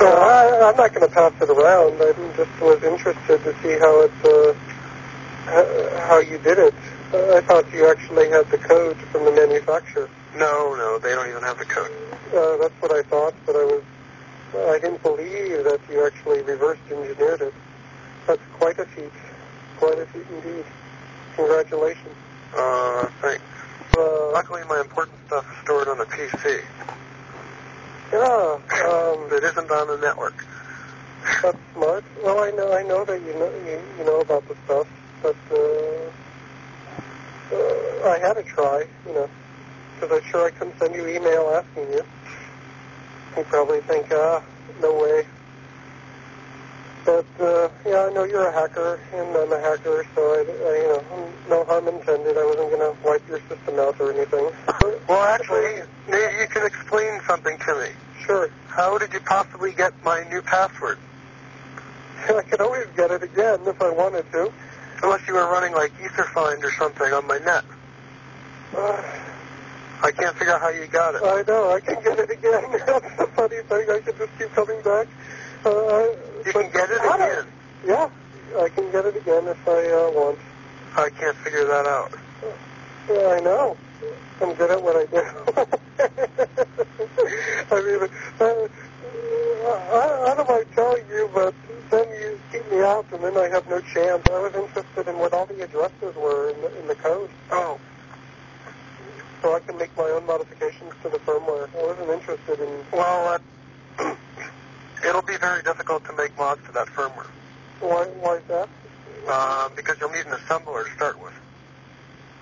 Yeah, I'm not going to pass it around. I just was interested to see how it, uh, h- how you did it. Uh, I thought you actually had the code from the manufacturer. No, no, they don't even have the code. Uh, that's what I thought, but I was, I didn't believe that you actually reverse engineered it. That's quite a feat. Quite a feat indeed. Congratulations. Uh, thanks. Uh, Luckily, my important stuff is stored on the PC. yeah, um, It isn't on the network. That's smart. Well, I know, I know that you know, you, you know about the stuff, but uh, uh, I had to try, you know, because I'm sure I couldn't send you email asking you. You probably think, ah, no way. But uh, yeah, I know you're a hacker, and I'm a hacker, so I, I you know, no harm intended. I wasn't gonna wipe your system out or anything. Well, actually, maybe you can explain something to me. sure. How did you possibly get my new password? I could always get it again if I wanted to. Unless you were running like EtherFind or something on my net. Uh, I can't figure out how you got it. I know. I can get it again. That's the funny thing. I can just keep coming back. Uh, I- but You can get it how do- again. Yeah, I can get it again if I uh, want. I can't figure that out. Yeah, I know. I'm good at what I do. I mean, uh, I, I don't mind telling you, but then you keep me out, and then I have no chance. I was interested in what all the addresses were in the, in the code. Oh, So I can make my own modifications to the firmware. I wasn't interested in well, uh, it'll be very difficult to make mods to that firmware why why is that. uh, because you'll need an assembler to start with.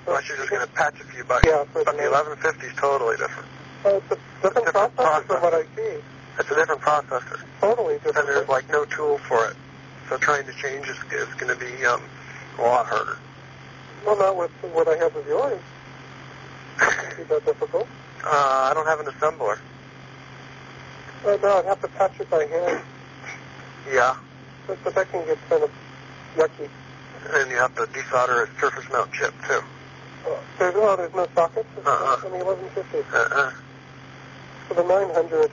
Unless you're just going to patch a few buttons. Yeah, but the certainly. 1150 is totally different. Uh, it's a different process Different process. from what I see. It's a different processor, Totally and there's different. like no tool for it. So trying to change is, is going to be um, a lot harder. Well, not with what I have with yours. Is that difficult? Uh, I don't have an assembler. Uh, no, I'd have to patch it by hand, Yeah, but, but that can get kind of yucky. and you have to desolder a surface mount chip too. Uh, there's, oh, there's no sockets? It's Uh-uh. on the 1150. Uh-uh. For the 900.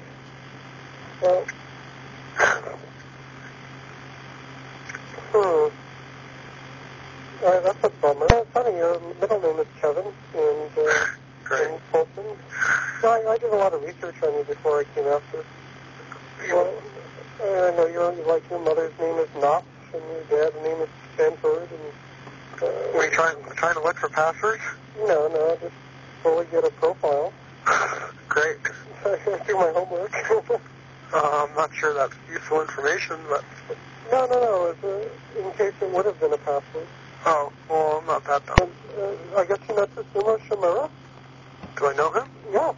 Uh, hmm. Uh, that's a bummer. Uh, funny, your middle name is Kevin, and, uh, Great. and Fulton. Well, I, I did a lot of research on you before I came after. Well, I know you're like your mother's name is Knopf, and your dad's name is Stanford, and uh, Were you trying trying to look for passwords? no, no, just fully get a profile. Great. I do my homework. Uh, I'm not sure that's useful information, but no, no, no, it was, uh, in case it would have been a password. oh, well, I'm not that dumb. And, uh, I guess you met this Sumo Shimura? Do I know him? Yeah,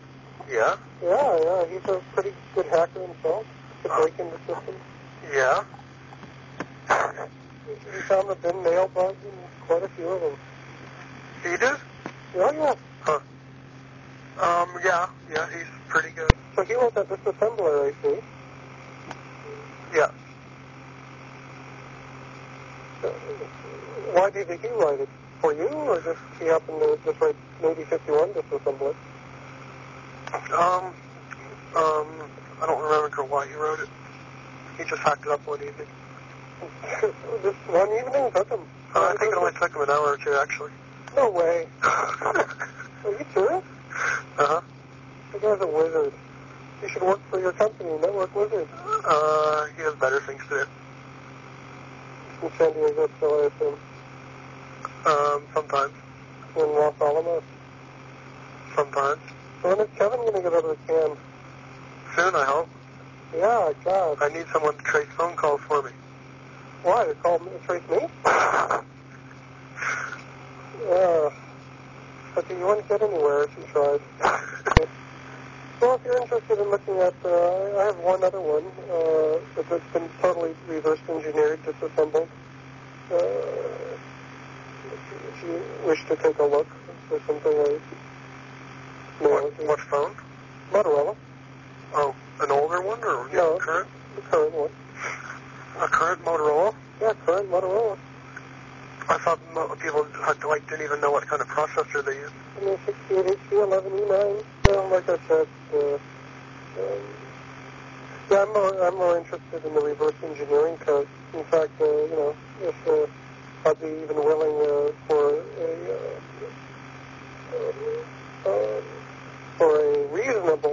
Yeah. yeah, yeah. He's a pretty good hacker himself. Could break into systems. Yeah. He found the bin mail bug and quite a few of them. He did? Yeah, yeah. Huh. Um. Yeah. Yeah. He's pretty good. So he was at this assembler, I see. Yeah. Uh, Why did he write it? For you, or just he happened to just write maybe 51 just assembler? Um. Um. I don't remember why he wrote it. He just hacked it up one evening. just one evening, took him. Uh, I think it only took him an hour or two, actually. No way. uh Are you serious? huh. The guy's a wizard. You should work for your company, Network Wizard. Uh, he has better things to do. In San Diego, so I assume. Um, sometimes. In Los Alamos. Sometimes. So when is Kevin going to get out of the can? Soon, I hope. Yeah, God. I need someone to trace phone calls for me. Why? To call me, trace me? Uh, but you wouldn't get anywhere if you tried. Well, if you're interested in looking at, uh, I have one other one uh, that- that's been totally reverse engineered, disassembled. Uh, if- if you wish to take a look or something like what, no, what phone? Motorola, Oh, an older one or No. current? the current one. A current Motorola? Yeah, current Motorola. I thought mo- people had, like didn't even know what kind of processor they used. I mean, 68 HC 11 E9. Well, like I said, uh, um, Yeah, I'm more, I'm more interested in the reverse engineering code. In fact, uh, you know, if uh, I'd be even willing uh, for a uh, uh, uh, um, for a reasonable oh,